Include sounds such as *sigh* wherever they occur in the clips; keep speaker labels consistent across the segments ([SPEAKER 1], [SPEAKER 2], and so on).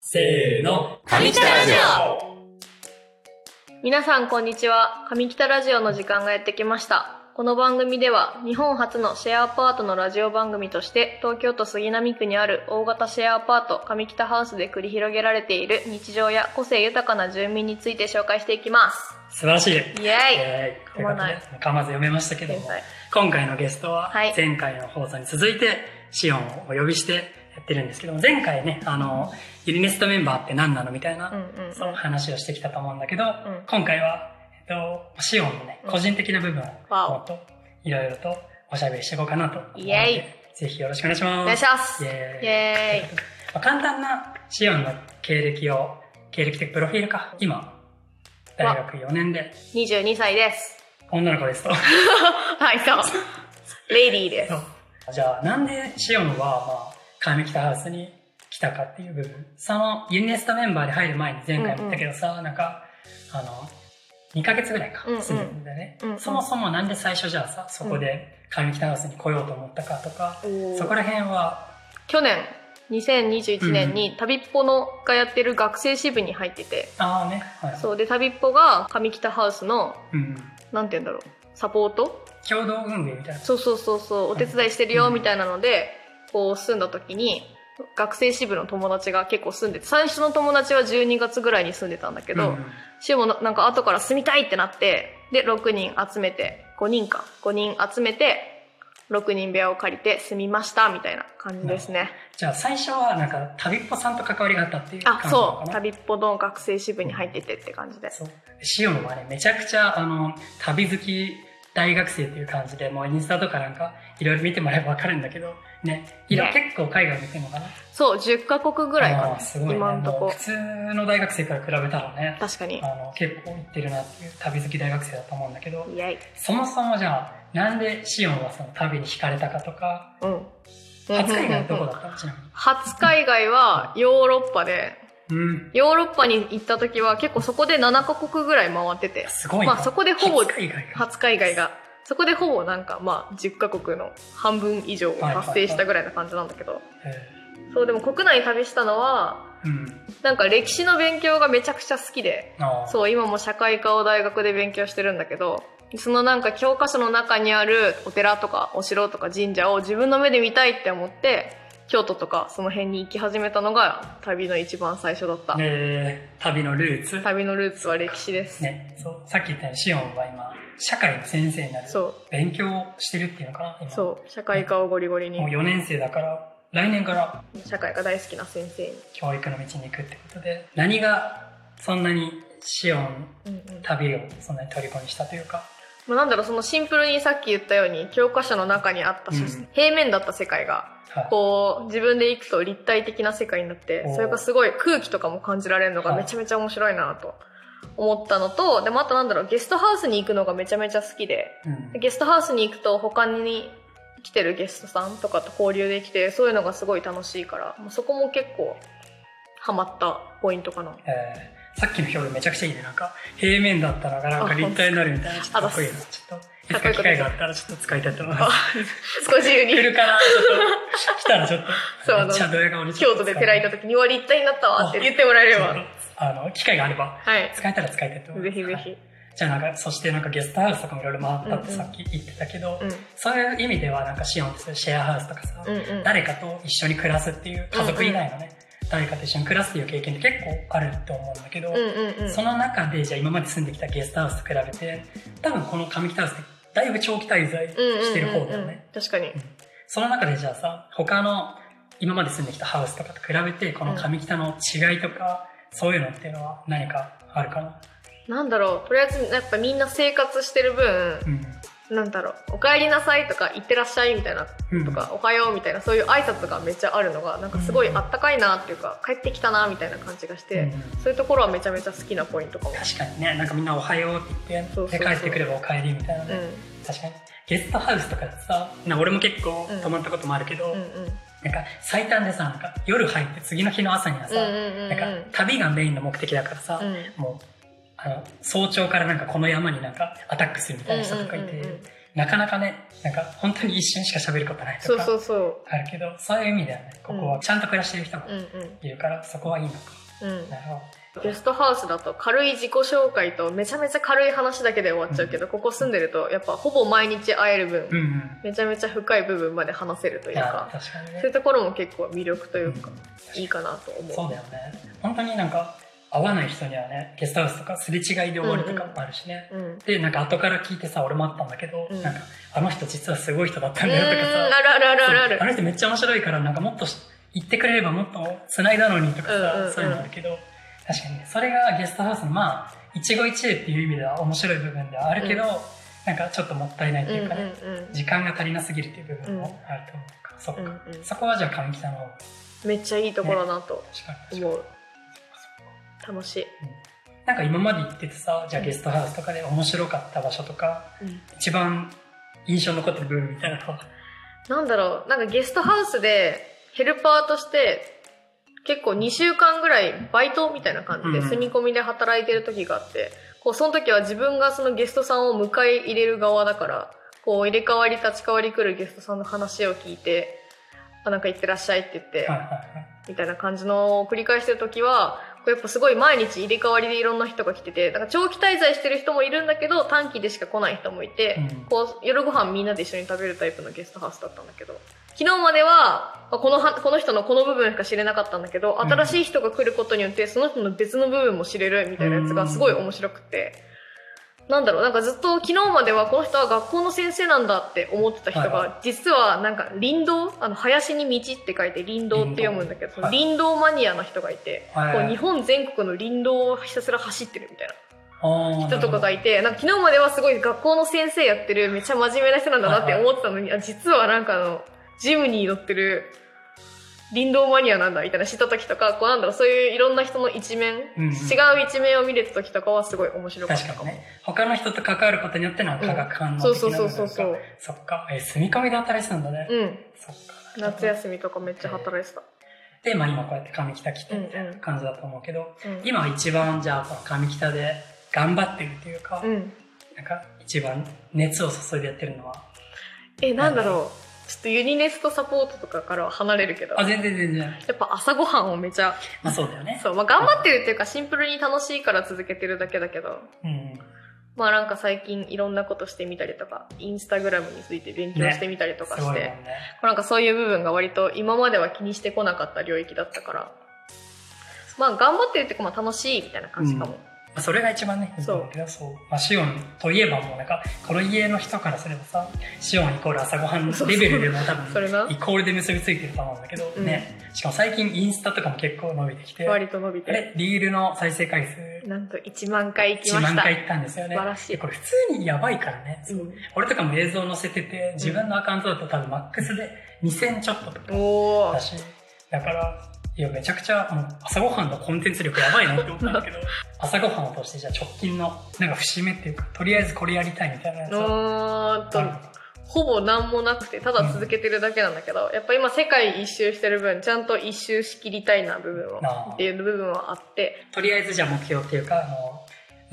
[SPEAKER 1] せーの
[SPEAKER 2] 上北ラジ
[SPEAKER 1] オ
[SPEAKER 3] 皆さんこんにちは上北ラジオの時間がやってきましたこの番組では日本初のシェアアパートのラジオ番組として東京都杉並区にある大型シェアアパート上北ハウスで繰り広げられている日常や個性豊かな住民について紹介していきます
[SPEAKER 1] 素晴らしい
[SPEAKER 3] イエ
[SPEAKER 1] えー
[SPEAKER 3] 噛まない
[SPEAKER 1] とうことで噛まず読めましたけ
[SPEAKER 3] ー
[SPEAKER 1] ど
[SPEAKER 3] イ
[SPEAKER 1] も今回のゲストは
[SPEAKER 3] はい
[SPEAKER 1] 前回の放送に続いてシオンをお呼びしてやってるんですけども前回ねあのユニネストメンバーって何なのみたいな、
[SPEAKER 3] うんうん
[SPEAKER 1] そう話をしてきたと思うんだけど、
[SPEAKER 3] ん
[SPEAKER 1] 今回は、えっと、シオンのね、
[SPEAKER 3] うん
[SPEAKER 1] 個人的な部分を
[SPEAKER 3] わお
[SPEAKER 1] もっといろいろとおしゃべりしていこうかなと思うので
[SPEAKER 3] イエ
[SPEAKER 1] ぜひよろしくお願いします。
[SPEAKER 3] お願いします
[SPEAKER 1] イ
[SPEAKER 3] イ
[SPEAKER 1] エーイ
[SPEAKER 3] エーイ
[SPEAKER 1] まあ簡単なシオンの経歴を経歴的プロフィールか今大学4年で
[SPEAKER 3] 22歳です
[SPEAKER 1] *laughs* 女の子ですと
[SPEAKER 3] はいそうレイディーです
[SPEAKER 1] そうじゃあなんでシオンは、まあ、上北ハウスに来たかっていう部分そのユニネストメンバーで入る前に前回も言ったけどさ、なんかあの2ヶ月ぐらいか
[SPEAKER 3] うんうん
[SPEAKER 1] 住んでるんだよね、
[SPEAKER 3] うんうん
[SPEAKER 1] そもそもなんで最初じゃあさそこで上北ハウスに来ようと思ったかとか、
[SPEAKER 3] おー
[SPEAKER 1] そこら辺は
[SPEAKER 3] 去年2021年に旅っぽのがやってる学生支部に入ってて
[SPEAKER 1] ああね、はい
[SPEAKER 3] そうで旅っぽが上北ハウスの
[SPEAKER 1] うん、
[SPEAKER 3] なんて言うんだろうサポート
[SPEAKER 1] 共同運営みたいな
[SPEAKER 3] そうそうそうそうお手伝いしてるよみたいなのでこう住んだ時に学生支部の友達が結構住んでて最初の友達は12月ぐらいに住んでたんだけ
[SPEAKER 1] う
[SPEAKER 3] ど
[SPEAKER 1] ん
[SPEAKER 3] しもななんか後から住みたいってなってで6人集めて5人か5人集めて6人部屋を借りて住みましたみたいな感じですね
[SPEAKER 1] じゃあ最初はなんか旅っぽさんと関わりがあったっていう感
[SPEAKER 3] あ
[SPEAKER 1] じなの
[SPEAKER 3] そ
[SPEAKER 1] か
[SPEAKER 3] う
[SPEAKER 1] な
[SPEAKER 3] 旅っぽの学生支部に入っててって感じで
[SPEAKER 1] そうシオンはねめちゃくちゃあの旅好き大学生っていう感じでもうインスタとかなんかいろいろ見てもらえばわかるんだけどね色
[SPEAKER 3] ね
[SPEAKER 1] 結構海外見てるのかな
[SPEAKER 3] そう10カ国ぐらいか
[SPEAKER 1] あー
[SPEAKER 3] な
[SPEAKER 1] すごいね
[SPEAKER 3] 今んと
[SPEAKER 1] もう
[SPEAKER 3] こ
[SPEAKER 1] 普通の大学生から比べたらね
[SPEAKER 3] 確かに
[SPEAKER 1] あの結構行ってるなっていう旅好き大学生だと思うんだけど
[SPEAKER 3] イエイ
[SPEAKER 1] そもそもじゃあなんでシオンはその旅に惹かれたかとか
[SPEAKER 3] うん
[SPEAKER 1] 初海外はどこだったのちな
[SPEAKER 3] 初海外はヨーロッパで
[SPEAKER 1] みにうん
[SPEAKER 3] ヨーロッパに行った時は結構そこで7カ国ぐらい回ってて
[SPEAKER 1] すごいな
[SPEAKER 3] まあそこでほぼ
[SPEAKER 1] 初海外が
[SPEAKER 3] 初海外がそこでほぼなんかまあ10カ国の半分以上を達成したぐらいな感じなんだけど
[SPEAKER 1] え
[SPEAKER 3] そうでも国内旅したのは
[SPEAKER 1] ーうん
[SPEAKER 3] なんか歴史の勉強がめちゃくちゃ好きで
[SPEAKER 1] あー
[SPEAKER 3] そう今も社会科を大学で勉強してるんだけどそのなんか教科書の中にあるお寺とかお城とか神社を自分の目で見たいって思って京都とかその辺に行き始めたのが旅の一番最初だった、
[SPEAKER 1] で旅のルーツ
[SPEAKER 3] 旅のルーツは歴史です、
[SPEAKER 1] ね、そうさっき言ったようにシオンは今社会の先生になる
[SPEAKER 3] そ
[SPEAKER 1] 勉強をしてるっていうのかな今
[SPEAKER 3] うそう社会科をゴリゴリに
[SPEAKER 1] もう4年生だから来年から
[SPEAKER 3] 社会科大好きな先生に、
[SPEAKER 1] 教育の道に行くってことで何がそんなにシオン
[SPEAKER 3] うんうん
[SPEAKER 1] 旅をそんなに虜にしたというか
[SPEAKER 3] まあ、なんだろうそのシンプルにさっき言ったように教科書の中にあった、
[SPEAKER 1] うん
[SPEAKER 3] 平面だった世界が
[SPEAKER 1] はい
[SPEAKER 3] こう自分で行くと立体的な世界になって
[SPEAKER 1] おー
[SPEAKER 3] それがすごい空気とかも感じられるのが
[SPEAKER 1] はい
[SPEAKER 3] めちゃめちゃ面白いなと思ったのとでもあとなんだろうゲストハウスに行くのがめちゃめちゃ好きで
[SPEAKER 1] うん
[SPEAKER 3] ゲストハウスに行くと他に来てるゲストさんとかと交流できてそういうのがすごい楽しいからもうそこも結構ハマったポイントかな
[SPEAKER 1] えーさっきの表現めちゃくちゃいいねなんか平面だったのがなんか
[SPEAKER 3] あ
[SPEAKER 1] 立体になるみたいなちょっとかっこいいな
[SPEAKER 3] あ
[SPEAKER 1] ちょっとい
[SPEAKER 3] かっ
[SPEAKER 1] つ
[SPEAKER 3] こい
[SPEAKER 1] か
[SPEAKER 3] い
[SPEAKER 1] 機
[SPEAKER 3] こと
[SPEAKER 1] 会があったらちょっと使いたいと思います
[SPEAKER 3] あ少し自由
[SPEAKER 1] 来
[SPEAKER 3] に
[SPEAKER 1] るかなちょっと来たらちょっ
[SPEAKER 3] *laughs* そうあ
[SPEAKER 1] と
[SPEAKER 3] の
[SPEAKER 1] *laughs* めっちゃドヤ顔でちょ
[SPEAKER 3] 京
[SPEAKER 1] っ
[SPEAKER 3] 都
[SPEAKER 1] と
[SPEAKER 3] で
[SPEAKER 1] 使う
[SPEAKER 3] 寺行った時に「うわ立体になったわ」って言ってもらえれ
[SPEAKER 1] ちょ
[SPEAKER 3] ば
[SPEAKER 1] っとあの機会があれば
[SPEAKER 3] はい
[SPEAKER 1] 使えたら使いたいと思い
[SPEAKER 3] ぜ
[SPEAKER 1] ます
[SPEAKER 3] ひぜ
[SPEAKER 1] はい
[SPEAKER 3] ひ
[SPEAKER 1] じゃあなんかそしてなんかゲストハウスとかもいろいろ回ったって
[SPEAKER 3] うんう
[SPEAKER 1] さ
[SPEAKER 3] ん
[SPEAKER 1] っき言ってたけど、
[SPEAKER 3] うん
[SPEAKER 1] そういう意味ではなんかシオンってそういうシェアハウスとかさ、
[SPEAKER 3] うんうん
[SPEAKER 1] 誰かと一緒に暮らすっていう家族以外のね、誰かと一緒に暮らすっていう経験って結構あると思うんだけど、
[SPEAKER 3] うんうんうん
[SPEAKER 1] その中でじゃあ今まで住んできたゲストハウスと比べて多分この上北ハウスってだいぶ長期滞在し
[SPEAKER 3] うんうんうんうん
[SPEAKER 1] てる方だよね、
[SPEAKER 3] 確かに
[SPEAKER 1] その中でじゃあさ他の今まで住んできたハウスとかと比べてこの上北の違いとか、そういうのっていうのは何かあるかな、
[SPEAKER 3] なんだろうとりあえずやっぱみんな生活してる分
[SPEAKER 1] うん
[SPEAKER 3] なんだろう「おかえりなさい」とか「いってらっしゃい」みたいな
[SPEAKER 1] うん
[SPEAKER 3] とか「おはよう」みたいなそういう挨拶がめっちゃあるのがなんかすごいあったかいなっていうか帰ってきたなみたいな感じがし
[SPEAKER 1] う
[SPEAKER 3] て
[SPEAKER 1] ん
[SPEAKER 3] そういうところはめちゃめちゃ好きなポイントかも。
[SPEAKER 1] 確かにねなんかみんな「おはよう」って言って
[SPEAKER 3] そうそうそう
[SPEAKER 1] で帰ってくれば「お帰り」みたいな
[SPEAKER 3] う
[SPEAKER 1] ね、
[SPEAKER 3] ん
[SPEAKER 1] 確かにゲストハウスとかでさな俺も結構
[SPEAKER 3] うん
[SPEAKER 1] 泊まったこともあるけど、
[SPEAKER 3] うんうん
[SPEAKER 1] なんか最短でさなんか夜入って次の日の朝にはさ、
[SPEAKER 3] うんうんうんうん
[SPEAKER 1] なんか旅がメインの目的だからさ、
[SPEAKER 3] うん
[SPEAKER 1] もうあの早朝からなんかこの山になんかアタックするみたいな人とかいて、
[SPEAKER 3] うんうんうんうん
[SPEAKER 1] なかなかねなんか本当に一瞬しか喋ることない
[SPEAKER 3] そ
[SPEAKER 1] と
[SPEAKER 3] う
[SPEAKER 1] か
[SPEAKER 3] そうそ
[SPEAKER 1] あるけどそういう意味ではねここ
[SPEAKER 3] う
[SPEAKER 1] は
[SPEAKER 3] ん
[SPEAKER 1] ちゃんと暮らしてる人が
[SPEAKER 3] ううんうん
[SPEAKER 1] いるから、そこはいいのか
[SPEAKER 3] うん
[SPEAKER 1] なるほど
[SPEAKER 3] ゲストハウスだと軽い自己紹介とめちゃめちゃ軽い話だけで終わっちゃうけど、ここ住んでるとやっぱほぼ毎日会える分、
[SPEAKER 1] うんうん
[SPEAKER 3] めちゃめちゃ深い部分まで話せるという
[SPEAKER 1] いや
[SPEAKER 3] か
[SPEAKER 1] 確かにね
[SPEAKER 3] そういうところも結構魅力というか、
[SPEAKER 1] うん
[SPEAKER 3] いいかなと思う
[SPEAKER 1] そうだよね本当になんか合わない人にはねゲストハウスとかすれ違いで終わるとかもあるしね、
[SPEAKER 3] うん、うん
[SPEAKER 1] でなんか後から聞いてさ俺もあったんだけど、
[SPEAKER 3] うん
[SPEAKER 1] なんかあの人実はすごい人だった
[SPEAKER 3] あ
[SPEAKER 1] んだよとかさ
[SPEAKER 3] るあるあるあるあ
[SPEAKER 1] そうあ
[SPEAKER 3] る
[SPEAKER 1] の人めっちゃ面白いからなんかもっとし言ってくれればもっと繋いだのにとかさ、
[SPEAKER 3] うんうんうん
[SPEAKER 1] そういうのあるけど確かにねそれがゲストハウスのまあ一期一会っていう意味では面白い部分ではあるけど、
[SPEAKER 3] う
[SPEAKER 1] なんかちょっともったいないと
[SPEAKER 3] うんう
[SPEAKER 1] い
[SPEAKER 3] ん
[SPEAKER 1] ううかね、
[SPEAKER 3] ん
[SPEAKER 1] 時間が足りなすぎるっていう部分もあると思うから、そっか、
[SPEAKER 3] うんうん
[SPEAKER 1] そこはじゃあ神木さんの方が
[SPEAKER 3] めっちゃいいところだなと
[SPEAKER 1] 確かに確かに
[SPEAKER 3] 思う楽しい、
[SPEAKER 1] なんか今まで行っててさじゃあゲストハウスとかで面白かった場所とか
[SPEAKER 3] うん
[SPEAKER 1] 一番印象に残ってる部分みたいなのは
[SPEAKER 3] なんだろうなんかゲストハウスでヘルパーとして結構2週間ぐらいバイトみたいな感じ
[SPEAKER 1] う
[SPEAKER 3] で
[SPEAKER 1] んうん
[SPEAKER 3] 住み込みで働いてる時があって、こうその時は自分がそのゲストさんを迎え入れる側だからこう入れ替わり立ち替わり来るゲストさんの話を聞いて「あなんか行ってらっしゃい」って言って、
[SPEAKER 1] はいはい
[SPEAKER 3] みたいな感じのを繰り返してる時はこうやっぱすごい毎日入れ替わりでいろんな人が来ててなんか長期滞在してる人もいるんだけど短期でしか来ない人もい
[SPEAKER 1] は
[SPEAKER 3] て、
[SPEAKER 1] い
[SPEAKER 3] こう夜ご飯みんなで一緒に食べるタイプのゲストハウスだったんだけど昨日まではまあこのはこの人のこの部分しか知れなかったんだけど
[SPEAKER 1] うん
[SPEAKER 3] 新しい人が来ることによってその人の別の部分も知れるみたいなやつがすごい面白くて。なんだろうなんかずっと昨日まではこの人は学校の先生なんだって思ってた人
[SPEAKER 1] はい
[SPEAKER 3] が実はなんか林道あの林に道って書いて林道って読むんだけど
[SPEAKER 1] 林道はい
[SPEAKER 3] 林道マニアの人がいてこ
[SPEAKER 1] はいう
[SPEAKER 3] 日本全国の林道をひたすら走ってるみたいな
[SPEAKER 1] うんあー
[SPEAKER 3] 人とかがいてなんか昨日まではすごい学校の先生やってるめっちゃ真面目な人なんだなって思ってたのにあ実はなんかあのジムに乗ってる林道マニアなんだみたいな知った時とかこうなんだろうそういういろんな人の一面、
[SPEAKER 1] うんうん
[SPEAKER 3] 違う一面を見れた時とかはすごい面白かった
[SPEAKER 1] 確
[SPEAKER 3] か
[SPEAKER 1] か
[SPEAKER 3] も
[SPEAKER 1] に。ね他の人と関わることによっての化学反応
[SPEAKER 3] そう
[SPEAKER 1] 的
[SPEAKER 3] そう
[SPEAKER 1] な部
[SPEAKER 3] そうそう
[SPEAKER 1] 分
[SPEAKER 3] そう
[SPEAKER 1] か。そっかえ住み込みで働いてたんだね、
[SPEAKER 3] うん、
[SPEAKER 1] そっか
[SPEAKER 3] 夏休みとかめっちゃ働いてた。
[SPEAKER 1] で、まあ、今こうやって上北来て
[SPEAKER 3] うん
[SPEAKER 1] みたいな感じだと思うけど、
[SPEAKER 3] うん
[SPEAKER 1] 今一番じゃあこの上北で頑張ってるっていうか、
[SPEAKER 3] うん、
[SPEAKER 1] なんか一番熱を注いでやってるのは
[SPEAKER 3] え、なんだろう。ちょっとユニネストサポートとかからは離れるけど、
[SPEAKER 1] あ
[SPEAKER 3] や
[SPEAKER 1] 全然全然
[SPEAKER 3] っぱ朝ごはんをめちゃ、
[SPEAKER 1] まあそうだよね
[SPEAKER 3] そう、まあ頑張ってるっていうかシンプルに楽しいから続けてるだけだけど、
[SPEAKER 1] うん
[SPEAKER 3] まあなんか最近いろんなことしてみたりとか、インスタグラムについて勉強してみたりとか
[SPEAKER 1] す
[SPEAKER 3] し
[SPEAKER 1] ごいもん
[SPEAKER 3] て、
[SPEAKER 1] ね
[SPEAKER 3] なんかそういう部分が割と今までは気にしてこなかった領域だったから、まあ頑張ってるっていうかまあ楽しいみたいな感じかも。
[SPEAKER 1] それが一番ねいいんだけどそう、まあ、シオンといえばもうなんかこの家の人からすればさシオンイコール朝ごはんレベルでも多
[SPEAKER 3] それな
[SPEAKER 1] 分イコールで結びついてると思うんだけど、
[SPEAKER 3] うん
[SPEAKER 1] ねしかも最近インスタとかも結構伸びてきて
[SPEAKER 3] 割と伸び
[SPEAKER 1] あ
[SPEAKER 3] て。
[SPEAKER 1] れリールの再生回数
[SPEAKER 3] なんと1万回行き
[SPEAKER 1] 1
[SPEAKER 3] まし
[SPEAKER 1] 万
[SPEAKER 3] た。
[SPEAKER 1] 回いったんですよね
[SPEAKER 3] 素晴らしい
[SPEAKER 1] これ普通にやばいからね、
[SPEAKER 3] うん
[SPEAKER 1] 俺とかも映像載せてて自分のアカウントだと多分マックスで2000ちょっととか
[SPEAKER 3] おー
[SPEAKER 1] だしだからいやめちゃくちゃもう朝ごはんのコンテンツ力やばいなって思ったんだけど *laughs* 朝ごはんを通してじゃあ直近のなんか節目っていうかとりあえずこれやりたいみたいなやつを
[SPEAKER 3] うーんと、ほぼ何もなくて、ただ続けてるだけなんだけど、やっぱ今世界一周してる分、ちゃんと一周しきりたいな部分を
[SPEAKER 1] あ、ー
[SPEAKER 3] っていう部分はあって、
[SPEAKER 1] とりあえずじゃあ目標っていうかあの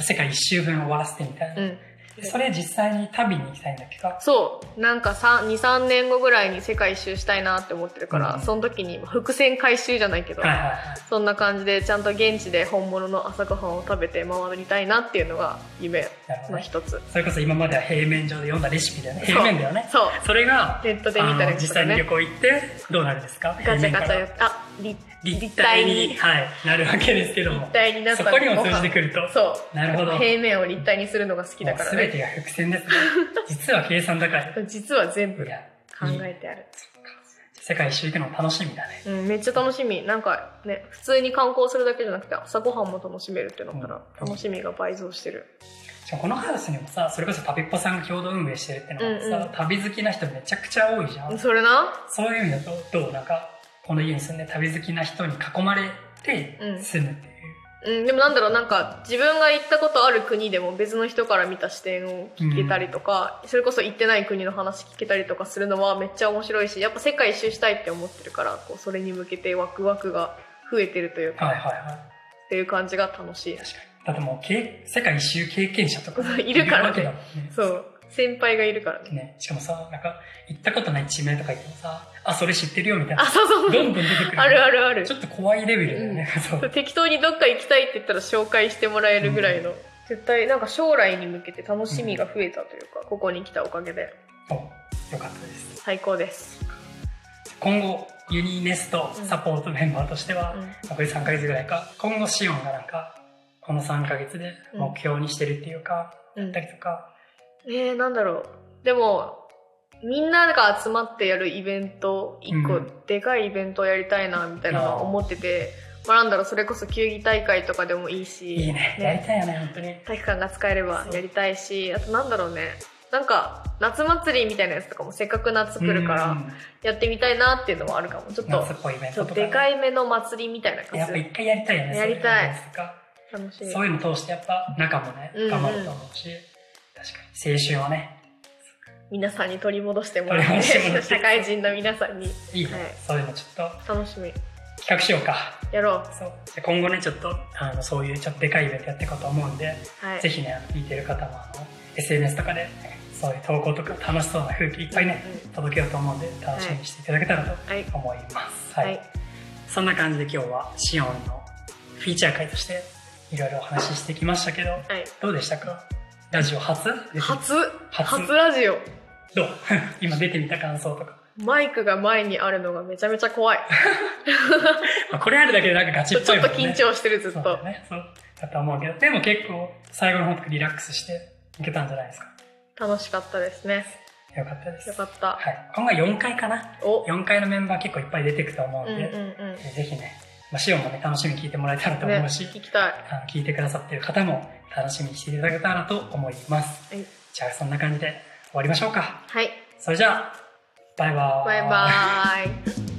[SPEAKER 1] 世界一周分終わらせてみたいな、
[SPEAKER 3] うん。
[SPEAKER 1] でそれ実際に旅に行きたいんだっけど
[SPEAKER 3] そう、なんか3、2、3年後ぐらいに世界一周したいなって思ってるから、
[SPEAKER 1] うん
[SPEAKER 3] その時に伏線回収じゃないけど、
[SPEAKER 1] はいはいはい
[SPEAKER 3] そんな感じでちゃんと現地で本物の朝ごはんを食べて回りたいなっていうのが夢
[SPEAKER 1] なるほど
[SPEAKER 3] の
[SPEAKER 1] ね
[SPEAKER 3] 一つ。
[SPEAKER 1] それこそ今までは平面上で読んだレシピだよね平面だよね
[SPEAKER 3] そう。
[SPEAKER 1] それが
[SPEAKER 3] ネットで見たりとかね
[SPEAKER 1] あの実際に旅行行ってどうなるんですか
[SPEAKER 3] ガチャガ
[SPEAKER 1] 平
[SPEAKER 3] チャ
[SPEAKER 1] 面
[SPEAKER 3] や
[SPEAKER 1] か
[SPEAKER 3] って、あ、立
[SPEAKER 1] ら
[SPEAKER 3] 立
[SPEAKER 1] 立
[SPEAKER 3] 体
[SPEAKER 1] 体
[SPEAKER 3] に、
[SPEAKER 1] に、
[SPEAKER 3] 立
[SPEAKER 1] はい、なるわけですけども
[SPEAKER 3] 体になった
[SPEAKER 1] そ
[SPEAKER 3] ら
[SPEAKER 1] こにも通
[SPEAKER 3] ご
[SPEAKER 1] じ
[SPEAKER 3] 飯
[SPEAKER 1] てくると
[SPEAKER 3] そう。
[SPEAKER 1] なるほど
[SPEAKER 3] 平面を立体にするのが好きだから
[SPEAKER 1] すべ
[SPEAKER 3] ね。
[SPEAKER 1] てが伏線ですね。 *laughs* 実は計算だから。い
[SPEAKER 3] 実は全部考
[SPEAKER 1] や、いい
[SPEAKER 3] えてある。
[SPEAKER 1] 世界一周行くのも楽しみだね。
[SPEAKER 3] うん、めっちゃ楽しみ。なんかね、普通に観光するだけじゃなくて朝ごはんも楽しめるってなったら、
[SPEAKER 1] うん
[SPEAKER 3] 楽しみが倍増してる。
[SPEAKER 1] しかもこのハウスにもさ、それこそ旅っぽさんが共同運営してるってのがさ、
[SPEAKER 3] うんうん
[SPEAKER 1] 旅好きな人めちゃくちゃ多いじゃん。
[SPEAKER 3] それな
[SPEAKER 1] そういう意味だと、どうなんか、この家に住んで旅好きな人に囲まれて
[SPEAKER 3] うん
[SPEAKER 1] 住むっていう。
[SPEAKER 3] うん、でもなんだろう、なんか自分が行ったことある国でも別の人から見た視点を聞けたりとか、それこそ行ってない国の話聞けたりとかするのはめっちゃ面白いし、やっぱ世界一周したいって思ってるから、こうそれに向けてワクワクが増えてるというか、
[SPEAKER 1] はいはいはい。
[SPEAKER 3] っていう感じが楽しい。
[SPEAKER 1] 確かに。だってもうけ、世界一周経験者とか *laughs*
[SPEAKER 3] いるからね
[SPEAKER 1] わけだもんね。
[SPEAKER 3] そう。先輩がいるからね。
[SPEAKER 1] ね、しかもさ、なんか、行ったことない地名とか言ってもさ、あ、それ知ってるよみたい
[SPEAKER 3] あ、
[SPEAKER 1] な。
[SPEAKER 3] そうそ
[SPEAKER 1] ど
[SPEAKER 3] うそ
[SPEAKER 1] んどん
[SPEAKER 3] う。
[SPEAKER 1] 出てくる。
[SPEAKER 3] あるあるある
[SPEAKER 1] ち。ょっと怖いレベルだよね。そう。
[SPEAKER 3] 適当にどっか行きたいって言ったら紹介してもらえるぐらいの、絶対なんか将来に向けて楽しみが増えたというか、ここに来たおかげで
[SPEAKER 1] およかったです。
[SPEAKER 3] 最高です、
[SPEAKER 1] 今後、ユニネストサポートメンバーとしては、残り3ヶ月ぐらいか、今後シオンがなんか、この3ヶ月で目標にしてるっていうか、
[SPEAKER 3] うんうん
[SPEAKER 1] だったりとか、
[SPEAKER 3] えー、なんだろうでもみんなが集まってやるイベント一個、
[SPEAKER 1] うん
[SPEAKER 3] でかいイベントをやりたいなみたいなのは思ってて、まあ、なんだろうそれこそ球技大会とかでもいいし
[SPEAKER 1] いいね。やりたいよね、本当に。
[SPEAKER 3] 体育館が使えればやりたいしあとなんだろうねなんか夏祭りみたいなやつとかもせっかく夏来るか
[SPEAKER 1] うん
[SPEAKER 3] らやってみたいなっていうのもあるかもちょっと
[SPEAKER 1] 夏っぽいイベン
[SPEAKER 3] ちょ
[SPEAKER 1] トと
[SPEAKER 3] っと
[SPEAKER 1] かね。
[SPEAKER 3] でかい目の祭りみたいな
[SPEAKER 1] やっぱ
[SPEAKER 3] 感じ
[SPEAKER 1] 一回やりたいよね。
[SPEAKER 3] やりたい
[SPEAKER 1] そううのとか
[SPEAKER 3] 楽しい
[SPEAKER 1] そういうの通してやっぱ仲もね、
[SPEAKER 3] うんうん
[SPEAKER 1] 頑張ると思うし、確かに青春はね、
[SPEAKER 3] 皆さんに取り戻してもらっ
[SPEAKER 1] 取り戻してもら
[SPEAKER 3] て
[SPEAKER 1] って
[SPEAKER 3] 社会人の皆さんに
[SPEAKER 1] いいね、
[SPEAKER 3] はい
[SPEAKER 1] そういうのちょっ
[SPEAKER 3] 楽しみ
[SPEAKER 1] と企画しようか。
[SPEAKER 3] やろう
[SPEAKER 1] そう。じゃあ今後ね、ちょっと、あの、そういうちょっとでかいイベントやっていこうと思うんで、
[SPEAKER 3] はい
[SPEAKER 1] ぜひね、あの聞いてる方も、あの、SNS とかで、そういう投稿とか楽しそうな風景いっぱいね、届けようと思うんで、楽しみにしていただけたらと
[SPEAKER 3] はい
[SPEAKER 1] 思います。
[SPEAKER 3] は
[SPEAKER 1] はいい。そんな感じで今日は、シオンのフィーチャー会として、いろいろお話ししてきましたけど、
[SPEAKER 3] はい
[SPEAKER 1] どうでしたかラジオ初
[SPEAKER 3] 初
[SPEAKER 1] 初
[SPEAKER 3] 初ラジオ
[SPEAKER 1] どう *laughs* 今出てみた感想とか。
[SPEAKER 3] マイクが前にあるのがめちゃめちゃ怖い
[SPEAKER 1] まあこれあるだけでなんかガチ
[SPEAKER 3] ちょ
[SPEAKER 1] っ
[SPEAKER 3] っと
[SPEAKER 1] ぽいもんね。
[SPEAKER 3] 緊張してるずっ
[SPEAKER 1] そう
[SPEAKER 3] と
[SPEAKER 1] だよね。そう。だと思うけど。でも結構最後の方とかリラックスしていけたんじゃないですか。
[SPEAKER 3] 楽しかったですね
[SPEAKER 1] よかったです。
[SPEAKER 3] よかった
[SPEAKER 1] はい。今後は4回かな。
[SPEAKER 3] お
[SPEAKER 1] 4回のメンバー結構いっぱい出てくと思うん
[SPEAKER 3] うん
[SPEAKER 1] で、
[SPEAKER 3] うんうん
[SPEAKER 1] えーぜひね、まあ、シオンもね、楽しみに聞いてもらえたらと
[SPEAKER 3] ね
[SPEAKER 1] 思うし、
[SPEAKER 3] 聞きたい
[SPEAKER 1] あの聞いてくださってる方も楽しみにしていただけたらと思います。
[SPEAKER 3] はい
[SPEAKER 1] じゃあそんな感じで終わりましょうか。
[SPEAKER 3] はい
[SPEAKER 1] それじゃあ、バイバーイ。
[SPEAKER 3] バイバーイ